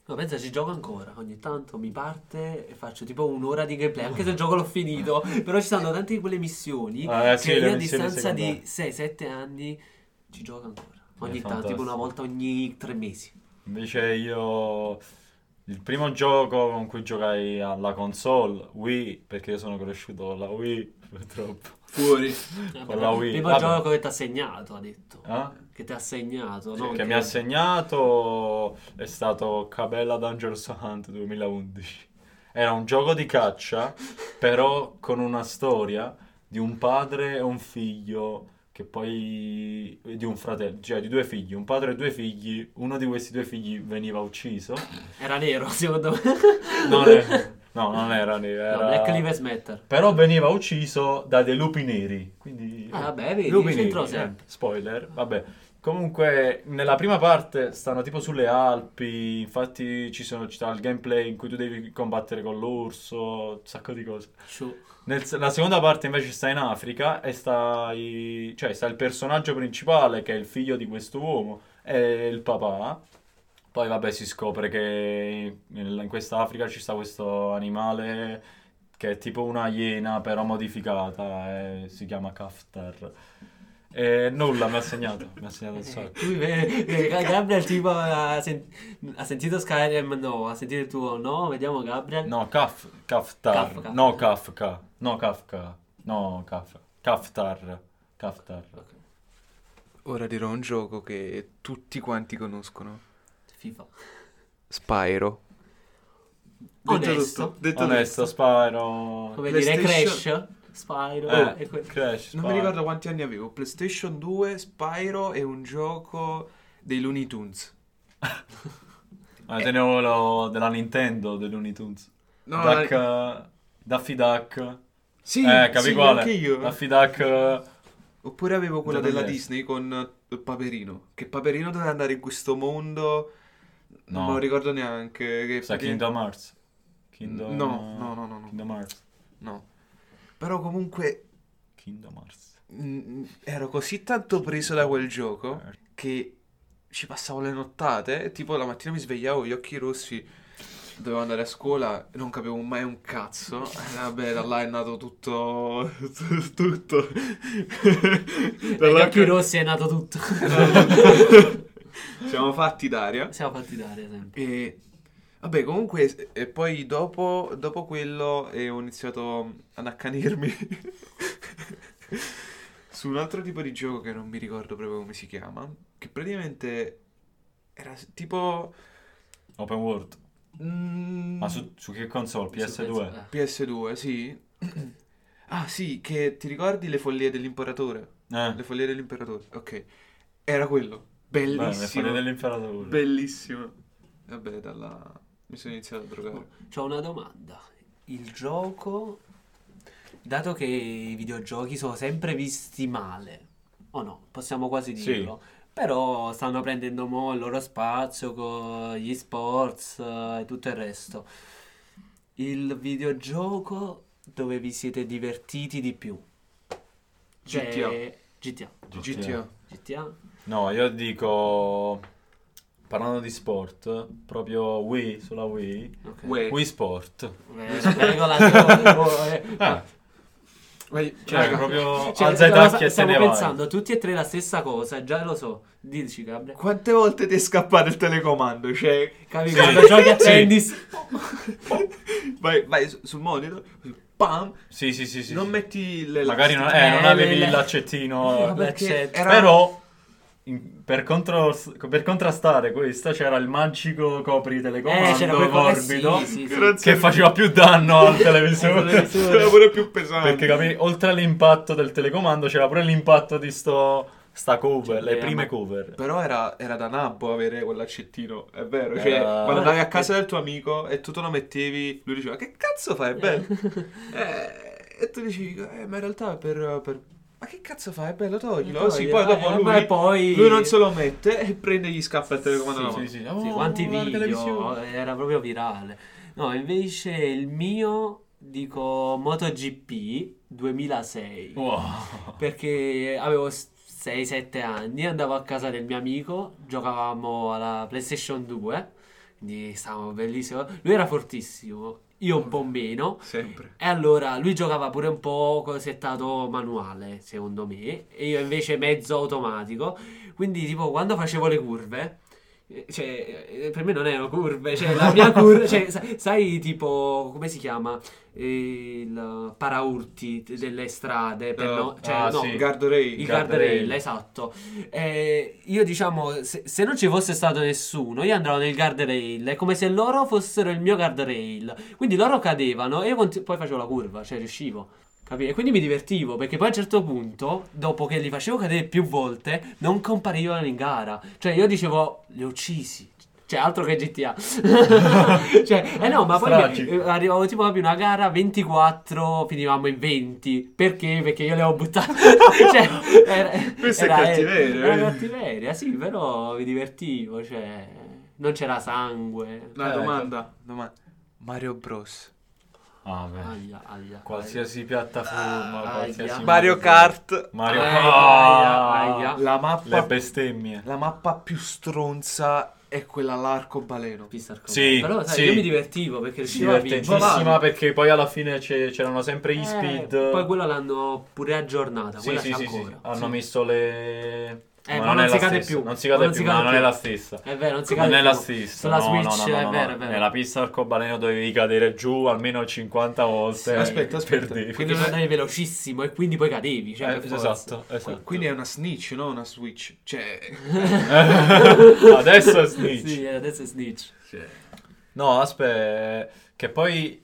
C: No, pensa, ci gioco ancora. Ogni tanto mi parte e faccio tipo un'ora di gameplay. Anche se il gioco l'ho finito. Però ci stanno tante di quelle missioni.
B: Ah, eh, sì,
C: che
B: le
C: io a
B: missioni
C: distanza di
B: secondarie.
C: 6-7 anni ci gioco ancora. Ogni
B: È
C: tanto, tipo
B: fantastico.
C: una volta ogni tre mesi.
B: Invece io il primo gioco con cui giocai alla console, Wii, perché io sono cresciuto con la Wii, <laughs> purtroppo.
A: Fuori.
C: Eh,
B: Con
C: vabbè,
B: la Wii,
C: Primo
B: vabbè.
C: gioco che ti ha segnato, ha detto.
B: Eh? Cioè,
C: Che ti ha segnato, no?
B: Che mi ha segnato è stato Cabella Dangerous Hunt 2011. Era un gioco di
C: <laughs>
B: caccia, però con una storia di un padre e un figlio che poi di un fratello, cioè di due figli, un padre e due figli, uno di questi due figli veniva ucciso.
C: Era nero, <laughs> secondo me.
B: Non è- no, non era nero,
C: No,
B: era
C: Black Lives Matter.
B: però veniva ucciso da dei lupi neri. Quindi
C: Ah, vabbè, vedi,
B: lupi
C: c'entrò
B: neri,
C: sempre.
B: eh, spoiler, vabbè. Comunque, nella prima parte stanno tipo sulle Alpi, infatti ci sono c'è il gameplay in cui tu devi combattere con l'orso, un sacco di cose.
C: Ciu.
B: Nel- la seconda parte invece sta in Africa e sta, i- cioè, sta il personaggio principale che è il figlio di questo uomo e il papà. Poi vabbè si scopre che in in questa Africa ci sta questo animale che è tipo una iena però modificata, eh, si chiama Kaftar. E nulla, mi ha segnato, mi ha segnato il
C: Eh,
B: sacco.
C: tu, eh, eh, Gabriel tipo ha, sen- ha sentito Skyrim? No, ha sentito il tuo no? Vediamo Gabriel.
B: No, Kaf, Kaftar,
C: Kafka.
B: no Kafka, no Kafka, no Kaf, Kaftar, Kaftar.
C: Ok,
A: Ora dirò un gioco che tutti quanti conoscono.
C: FIFA.
A: Spyro.
C: Onesto.
A: tutto, detto
B: Onesto, Spyro.
C: Come dire Crash,
A: PlayStation.
C: Spyro
B: Eh,
C: e que-
B: Crash,
A: Non mi ricordo quanti anni avevo. PlayStation 2, Spyro e un gioco dei Looney Tunes.
B: Ah, tenevo lo- della Nintendo, dei Looney Tunes.
A: No,
B: Duck,
A: la-
B: eh, Daffy Duck.
A: Sì,
B: eh, capi
A: sì,
B: quale?
A: anche io.
B: Daffy Duck. eh,
A: Oppure avevo quello
B: Già da
A: della
B: me.
A: Disney con eh, Paperino. Che Paperino doveva andare in questo mondo. Non
B: No.
A: me lo ricordo neanche. Che
B: Sa
A: che-
B: Kingdom Hearts. Kingdom...
A: No, no, no, no, no.
B: Kingdom Hearts.
A: No. Però comunque
B: Kingdom Hearts.
A: mh, ero così tanto preso da quel
B: Eh.
A: gioco che ci passavo le nottate. e Tipo la mattina mi svegliavo, gli occhi rossi. Dovevo andare a scuola e non capivo mai un cazzo. Eh, Vabbè, da là è nato tutto. <laughs> Tutto.
C: Dagli
A: là <laughs>
C: occhi
A: che-
C: rossi è nato tutto. <laughs>
A: Siamo fatti d'aria.
C: Siamo fatti dare sempre.
A: E vabbè, comunque, e poi dopo, dopo quello eh, ho iniziato ad accanirmi <laughs> su un altro tipo di gioco che non mi ricordo proprio come si chiama, che praticamente era s- tipo...
B: Open World.
A: mm,
B: Ma su, su che console? PS2?
C: Penso- eh.
A: PS2, sì. <clears throat> Ah sì, che ti ricordi le follie dell'imperatore?
B: Eh.
A: Le follie dell'imperatore, ok. Era quello.
B: Beh, le
A: Bellissimo.
B: foglie dell'imperatore.
A: Bellissimo. Vabbè, dalla... mi sono iniziato a drogare.
C: C'ho una domanda. Il gioco, dato che i videogiochi sono sempre visti male, o no, possiamo quasi
B: Sì.
C: dirlo, però stanno prendendo mo il loro spazio con gli sports eh, e tutto il resto. Il videogioco dove vi siete divertiti di più? Cioè, GTA.
A: GTA.
C: GTA?
B: No, io dico... Parlando di sport, proprio Wii, sulla Wii.
C: Ok.
A: Uè.
B: Wii Sport.
C: Eh,
B: <laughs>
C: regolatore, eh.
B: Ah,
A: Vai,
B: cioè,
A: raga,
B: proprio
C: Cioè,
B: alza i
C: stiamo-
B: tacchi e se
C: stiamo
B: ne vai.
C: pensando tutti e tre la stessa cosa, già lo so. Dici, Gabriele.
A: quante volte ti è scappato il telecomando? Cioè,
C: Capi
B: Sì.
C: quando <laughs> giochi a
B: Sì.
C: tennis?
A: <laughs> vai, vai su- sul monitor, pam,
B: Sì, sì, sì, sì.
A: non
B: sì.
A: metti le
B: Magari non, eh,
C: Eh,
B: non avevi
C: le-
B: l'accettino.
C: <laughs> Vabbè,
A: perché
C: certo.
A: era-
B: Però in- per, contros- per contrastare questa c'era il magico copri telecomando
C: Eh, c'era quel co- eh, sì,
B: morbido
C: sì, sì.
B: che faceva più
C: <laughs>
B: danno al televisore.
C: televisore.
A: Era pure più pesante.
B: <laughs> Perché capi, oltre all'impatto del telecomando c'era pure l'impatto di sto, sta cover,
C: Cioè,
B: le
C: eh,
B: prime
C: ma-
B: cover.
A: Però era, era da nabbo avere quell'accettino, è vero.
B: Era-
A: Cioè, quando andavi a casa del tuo amico e tu te lo mettevi, lui diceva: Che cazzo fai? È
B: <laughs>
A: bello. Eh, e tu dici: "Eh, Ma in realtà è per. per- Ma che cazzo fai? È bello, toglilo.
C: Togli,
A: Sì, poi
C: eh,
A: dopo
C: eh,
A: lui,
C: ma poi-
A: lui non se lo mette e prende gli scappa il telecomando. alla
B: Sì,
A: mano.
B: sì, sì.
C: Sì,
B: Oh,
C: quanti
B: guarda la
C: video,
B: televisione.
C: era proprio virale. No, invece il mio, dico MotoGP 2006.
B: Wow.
C: Perché avevo 6-7 anni, andavo a casa del mio amico, giocavamo alla PlayStation 2, quindi stavamo bellissimo. Lui era fortissimo, io un po' meno.
A: Sempre.
C: E allora lui giocava pure un po' settato manuale, secondo me, e io invece mezzo automatico. Quindi, tipo, quando facevo le curve, eh, cioè, eh, per me non erano curve, cioè, la mia
B: <laughs>
C: curva, cioè, sa- sai, tipo, come si chiama? Eh, Il paraurti t- delle strade, per
A: Eh,
C: no- cioè,
B: ah,
C: no,
B: sì.
A: Guardrail.
C: il
B: Guard-
C: guardrail,
B: guardrail.
C: esatto. Eh, io diciamo, se, se non ci fosse stato nessuno, io andavo nel guardrail. È come se loro fossero il mio guardrail. Quindi loro cadevano e io conti- poi facevo la curva, cioè riuscivo. Capì? E quindi mi divertivo perché poi a un certo punto, dopo che li facevo cadere più volte, non comparivano in gara. Cioè io dicevo, li ho uccisi. Cioè, altro che GTA. <laughs> cioè, eh no, ma poi
B: Stragi.
C: eh, arrivavo tipo proprio una gara 24, finivamo in 20. Perché? Perché io le ho buttate. <laughs> cioè, era,
A: Questa è
C: era-
A: cattiveria,
C: Era
A: vedi?
C: cattiveria, sì, però mi divertivo, cioè, non c'era sangue.
A: Una
B: Eh,
A: domanda,
C: esatto.
A: domanda. Mario Bros.
B: Ah, beh.
C: Aia, aia.
B: Qualsiasi piattaforma,
C: Ah,
B: qualsiasi
C: ahia.
A: Mario
B: magazine.
A: Kart.
B: Mario
C: Aia,
B: Kart.
C: aia, aia.
A: La
B: Le
A: mappa,
B: bestemmie.
A: la mappa più stronza è quella all'arcobaleno.
C: Pista al collo.
B: Sì,
C: Però sai,
B: sì.
C: io mi divertivo perché riuscivo a vincere.
B: Divertentissima perché poi alla fine c'è- c'erano sempre
C: Eh,
B: gli speed.
C: poi quella l'hanno pure aggiornata.
B: Sì,
C: quella
B: sì,
C: c'è
B: sì, Ah,
C: ancora.
B: sì. Hanno
C: Sì.
B: messo le.
C: Eh, ma
B: non
C: non
B: è
C: si
B: la
C: cade
B: stessa.
C: più.
B: Non si cade
C: Non si
B: più,
C: cade
B: ma non
C: più.
B: è la stessa.
C: È Eh, vero, non si
B: Non
C: cade
B: è la
C: più.
B: stessa.
C: Sulla
B: no, no,
C: Switch,
B: no, no,
C: è
B: no.
C: vero, è vero.
B: Nella pista arcobaleno dovevi cadere giù almeno 50 volte.
C: Sì.
A: Aspetta, aspetta.
B: Perdevi.
A: Quindi
B: <laughs>
C: Quindi non andavi velocissimo e quindi poi cadevi. Cioè,
B: Eh,
C: per forza. <laughs>
B: esatto, esatto. <laughs>
A: Quindi è una snitch, no? Una switch. Cioè,
C: <laughs>
B: Adesso è snitch.
C: Sì, adesso è snitch.
B: No, aspetta, che poi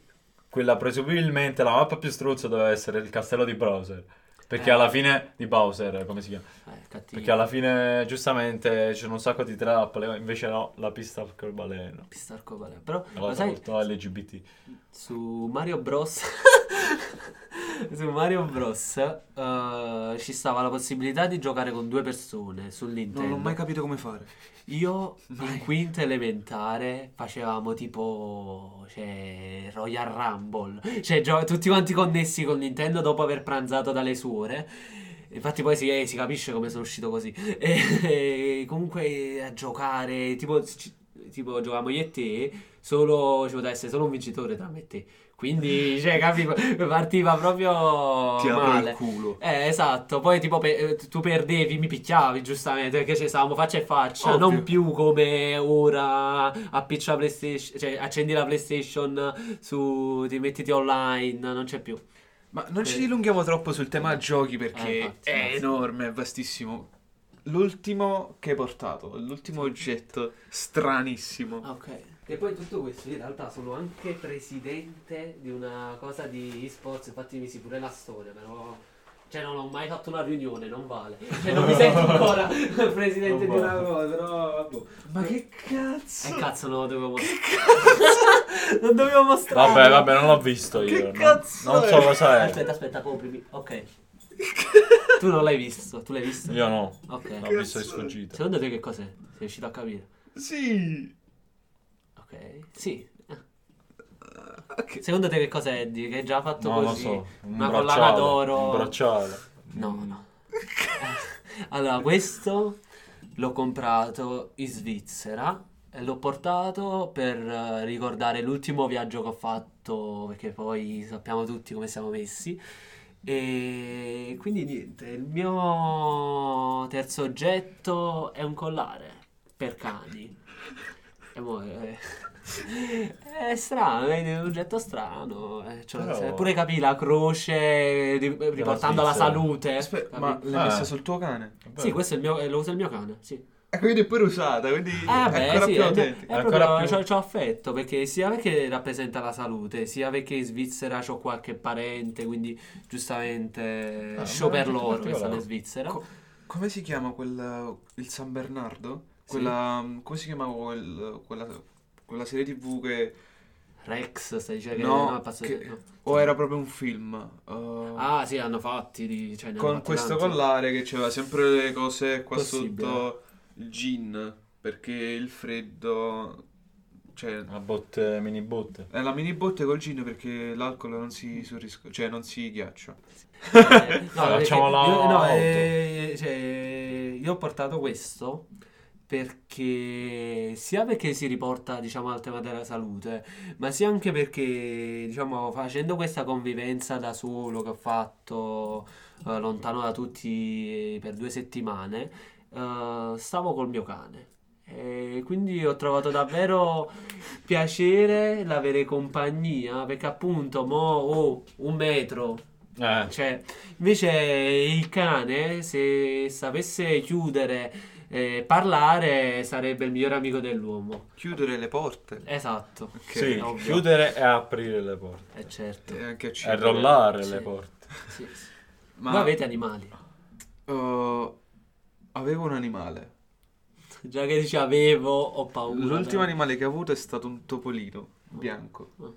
B: quella presumibilmente la mappa più struzza doveva essere il castello di Bowser. Perché
C: Eh.
B: alla fine di Bowser, come si chiama?
C: Eh, cattivo.
B: Perché alla fine giustamente c'erano un sacco di trappole, invece no, la pista al corbaleno.
C: Pista arcobaleno. Però,
B: Una
C: lo
B: cosa
C: sai,
B: molto LGBT.
C: su Mario Bros. <laughs> su Mario Bros. eh, ci stava la possibilità di giocare con due persone su
A: non
C: Nintendo.
A: ho mai capito come fare.
C: Io in quinta elementare facevamo tipo cioè, Royal Rumble, cioè gio- tutti quanti connessi con Nintendo dopo aver pranzato dalle suore. Infatti poi si, eh, si capisce come sono uscito così. E, e comunque a giocare, tipo, ci- tipo giocavamo io e te, solo ci poteva essere solo un vincitore tra me e te. Quindi, cioè, capivo, <laughs> partiva proprio
A: Ti apro
C: male.
A: il culo.
C: Eh, esatto, poi tipo pe- eh, tu perdevi, mi picchiavi giustamente perché ci stavamo faccia e faccia,
A: Ovvio.
C: non più come ora appiccia la PlayStation, cioè accendi la PlayStation su ti mettiti online, non c'è più.
A: Ma non ci
C: Eh.
A: dilunghiamo troppo sul tema giochi
C: Eh,
A: perché
C: infatti,
A: è
C: infatti.
A: enorme, è vastissimo. L'ultimo che hai portato, l'ultimo oggetto stranissimo.
C: Ah, Ok. E poi tutto questo in realtà sono anche presidente di una cosa di esports, infatti mi si pure la storia, però cioè non ho mai fatto una riunione, non vale. Cioè non mi <laughs> sento ancora presidente
B: Non
C: di una
B: vale.
C: cosa, però vabbè.
A: Ma che
C: Eh
A: cazzo?
C: cazzo non lo dovevo mostrare. non dovevo mostrare.
B: Vabbè, vabbè, non l'ho visto
A: Che
B: io. non-
A: cazzo
B: Non,
A: è?
B: so cosa è.
C: Aspetta, aspetta, coprimi. Ok. tu non l'hai visto, tu l'hai visto.
B: Io no, l'ho
C: Ok.
B: visto di
A: Cazzo è?
B: sfuggita.
C: Secondo te che cos'è? Sei riuscito a capire?
A: Sì.
C: Ok. Sì.
A: Ok.
C: Secondo te che cos'è Eddie? Che hai già fatto
B: Non lo
C: così?
B: so. Un
C: Una collana
B: bracciale.
C: d'oro.
B: Un bracciale.
C: No, no. Mm. <laughs> allora, questo l'ho comprato in Svizzera e l'ho portato per eh, ricordare l'ultimo viaggio che ho fatto, perché poi sappiamo tutti come siamo messi. E quindi niente, il mio terzo oggetto è un collare per cani. E mo, eh, <laughs> È strano, è un oggetto strano. eh, cioè,
B: Però-
C: se- Pure capì la croce ri- riportando alla
B: Svizzera.
C: salute.
A: Aspetta,
C: capì?
A: Eh, ma l'hai
B: Ah.
A: messa sul tuo cane?
C: Sì, questo è il mio, eh, lo usa il mio cane, sì.
A: Ecco, quindi è pure usata, quindi
C: Ah,
A: è
C: beh,
A: ancora
C: sì,
A: più
C: è-
A: autentica.
C: è
B: Ancora
C: proprio-
B: più.
C: c'ho- c'ho affetto perché sia perché rappresenta la salute, sia perché in Svizzera c'ho qualche parente, quindi giustamente
B: Ah,
C: show
B: ma è
C: per
B: molto
C: loro che stanno
B: particolare.
C: in Svizzera.
A: Co- come si chiama quel il San Bernardo? Quella mm, come si chiamava quel- quella quella serie TV che
C: Rex, stai dicendo che
A: no,
C: no, è pazzo-
A: che-
C: no.
A: o era proprio un film eh,
C: Ah, sì, hanno fatti di- cioè, ne hanno
A: con
C: fatti
A: questo
C: tanti.
A: collare che c'era sempre le cose qua
C: Possibile.
A: sotto il gin perché il freddo cioè
B: Una botte, mini botte.
A: è la mini botte col gin perché l'alcol non
C: Mm.
A: si sorrisca, cioè non si ghiaccia.
C: Eh, no,
B: Allora,
C: perché
B: facciamo la
C: io, no,
B: auto.
C: eh, cioè, io ho portato questo perché sia perché si riporta diciamo al tema della salute ma sia anche perché diciamo facendo questa convivenza da solo che ho fatto eh, lontano da tutti eh, per due settimane eh, stavo col mio cane e quindi ho trovato davvero piacere l'avere compagnia perché appunto mo ho un metro
B: Eh,
C: cioè, invece il cane, se sapesse chiudere e parlare, sarebbe il migliore amico dell'uomo.
A: Chiudere le porte.
C: Esatto.
A: Ok.
B: sì,
C: ovvio.
B: chiudere e aprire le porte.
C: Eh, certo.
A: E anche a
B: E
A: cinque.
B: rollare
C: Sì.
B: le porte.
C: Sì, sì.
A: Ma
C: Voi avete animali?
A: eh, avevo un animale.
C: Già che dici avevo, ho paura.
A: L'ultimo
C: dai.
A: animale che ho avuto è stato un topolino bianco.
C: Ah.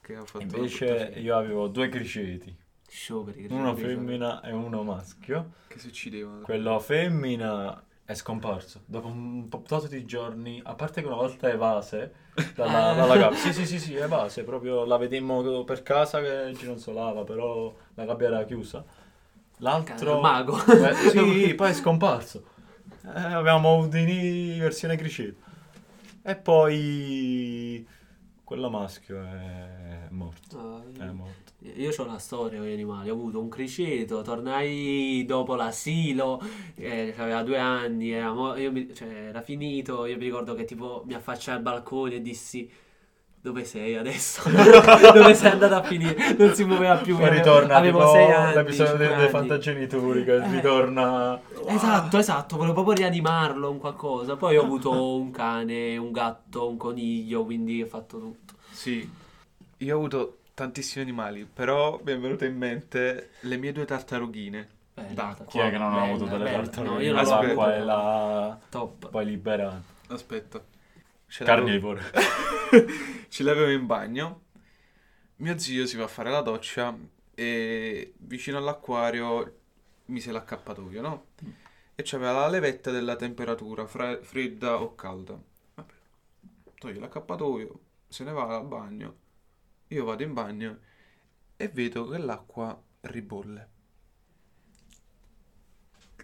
A: Che ho fatto
B: Invece
A: brutta fine,
B: io avevo due criceti,
C: Scioperi.
B: uno femmina e uno maschio.
A: Che si uccidevano.
B: Quello femmina è scomparso dopo un po' tanto di giorni, a parte che una volta evase dalla,
C: Eh.
B: dalla gabbia. Sì, sì, sì, sì, evase, proprio la vedemmo per casa che gironzolava, però la gabbia era chiusa. L'altro...
C: Un mago.
B: Eh, sì, poi è scomparso. Eh, avevamo Houdini versione criceto. E poi... quello maschio è morto. È
C: Ah,
B: morto.
C: Io ho una storia con gli animali, ho avuto un criceto, tornai dopo l'asilo, eh, aveva due anni, era, mo- io mi- cioè, era finito, io mi ricordo che tipo mi affacciai al balcone e dissi dove sei
B: <laughs>
C: adesso? dove sei andato a finire? Non si muoveva più,
B: Poi
C: avevo-
B: ritorna
C: avevo
B: tipo
C: sei anni,
B: l'episodio dei,
C: cinque
B: dei
C: anni.
B: fantagenitori che
C: Eh.
B: ritorna...
C: Esatto, esatto, volevo proprio rianimarlo, un qualcosa. Poi ho avuto un cane, un gatto, un coniglio, quindi ho fatto tutto.
A: Sì. Io ho avuto tantissimi animali, però mi è venuto in mente le mie due tartarughine.
C: Bella,
A: D'acqua.
B: Chi è che non ha
C: bella,
B: avuto delle
C: bella.
B: tartarughe?
C: No, io
A: non
B: la
C: l'ho
A: Aspetta.
B: l'acqua
C: avuto.
B: è la...
C: Top.
B: poi liberata.
A: Aspetta. Ce l'avevo-
B: Carnivore.
A: <laughs> Ce l'avevo in bagno. Mio zio si va a fare la doccia e vicino all'acquario mise l'accappatoio, no? E c'aveva la levetta della temperatura, fre- fredda o calda. Vabbè. Toglie l'accappatoio, se ne va al bagno. Io vado in bagno e vedo che l'acqua ribolle.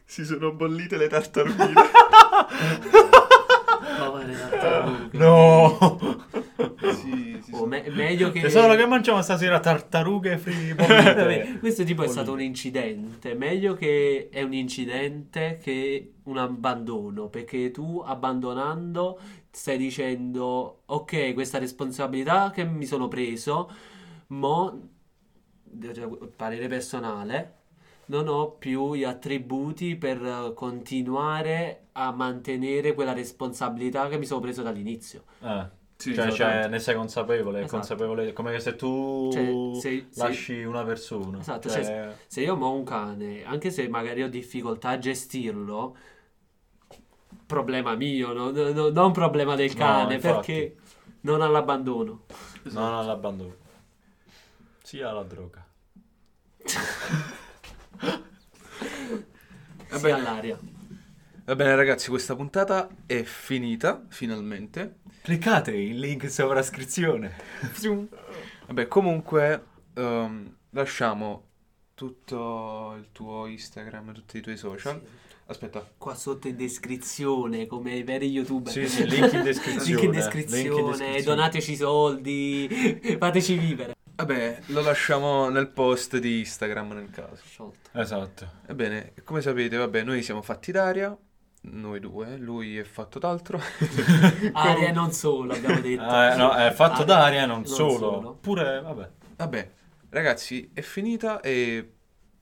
A: Si sono bollite le tartarughe.
B: <laughs>
C: Povere tartarughe.
B: Ah, No!
A: <laughs> sì, sì,
C: Oh, me- meglio che...
B: Tesoro,
C: <laughs>
B: che mangiamo stasera? Tartarughe fri
C: Vabbè,
B: bollite.
C: Cioè, questo tipo è
B: Bollite.
C: stato un incidente. Meglio che è un incidente che un abbandono. Perché tu abbandonando stai dicendo: Ok, questa responsabilità che mi sono preso, mo Cioè, parere personale. Non ho più gli attributi per eh, continuare a mantenere quella responsabilità che mi sono preso dall'inizio.
B: Eh,
A: Sì,
B: cioè,
A: sì,
B: cioè,
A: tanto.
B: ne sei consapevole, è
C: Esatto.
B: consapevole come se tu
C: Cioè, se- se-
B: lasci una persona.
C: Esatto,
B: cioè,
C: Se io ho un cane, anche se magari ho difficoltà a gestirlo, problema mio, no- no- no- non problema del
B: No,
C: cane,
B: infatti.
C: perché non all'abbandono.
B: non
C: esatto.
B: all'abbandono. Sia alla droga. Eh
C: Sia
A: bene.
C: all'aria.
A: Va bene ragazzi, questa puntata è finita, finalmente.
B: Cliccate il link in sovrascrizione.
A: Vabbè, comunque ehm, lasciamo tutto il tuo Instagram, tutti i tuoi social. Aspetta,
C: Qua sotto in descrizione, come i veri youtuber.
B: Sì, sì, link in descrizione.
C: Link in
B: Link in
C: descrizione,
B: descrizione.
C: donateci soldi, <laughs> fateci vivere.
A: vabbè, lo lasciamo nel post di Instagram nel caso.
C: Sciolto.
B: Esatto.
A: Ebbene, come sapete, vabbè, noi siamo fatti d'aria noi due, lui è fatto d'altro. <laughs>
C: Aria e non solo,
B: <laughs>
C: abbiamo detto.
B: Eh, no, è fatto
C: Aria-
B: d'aria, non, solo. Pure, vabbè.
A: Vabbè, ragazzi, è finita e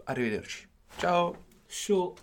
A: arrivederci. Ciao.
C: Show.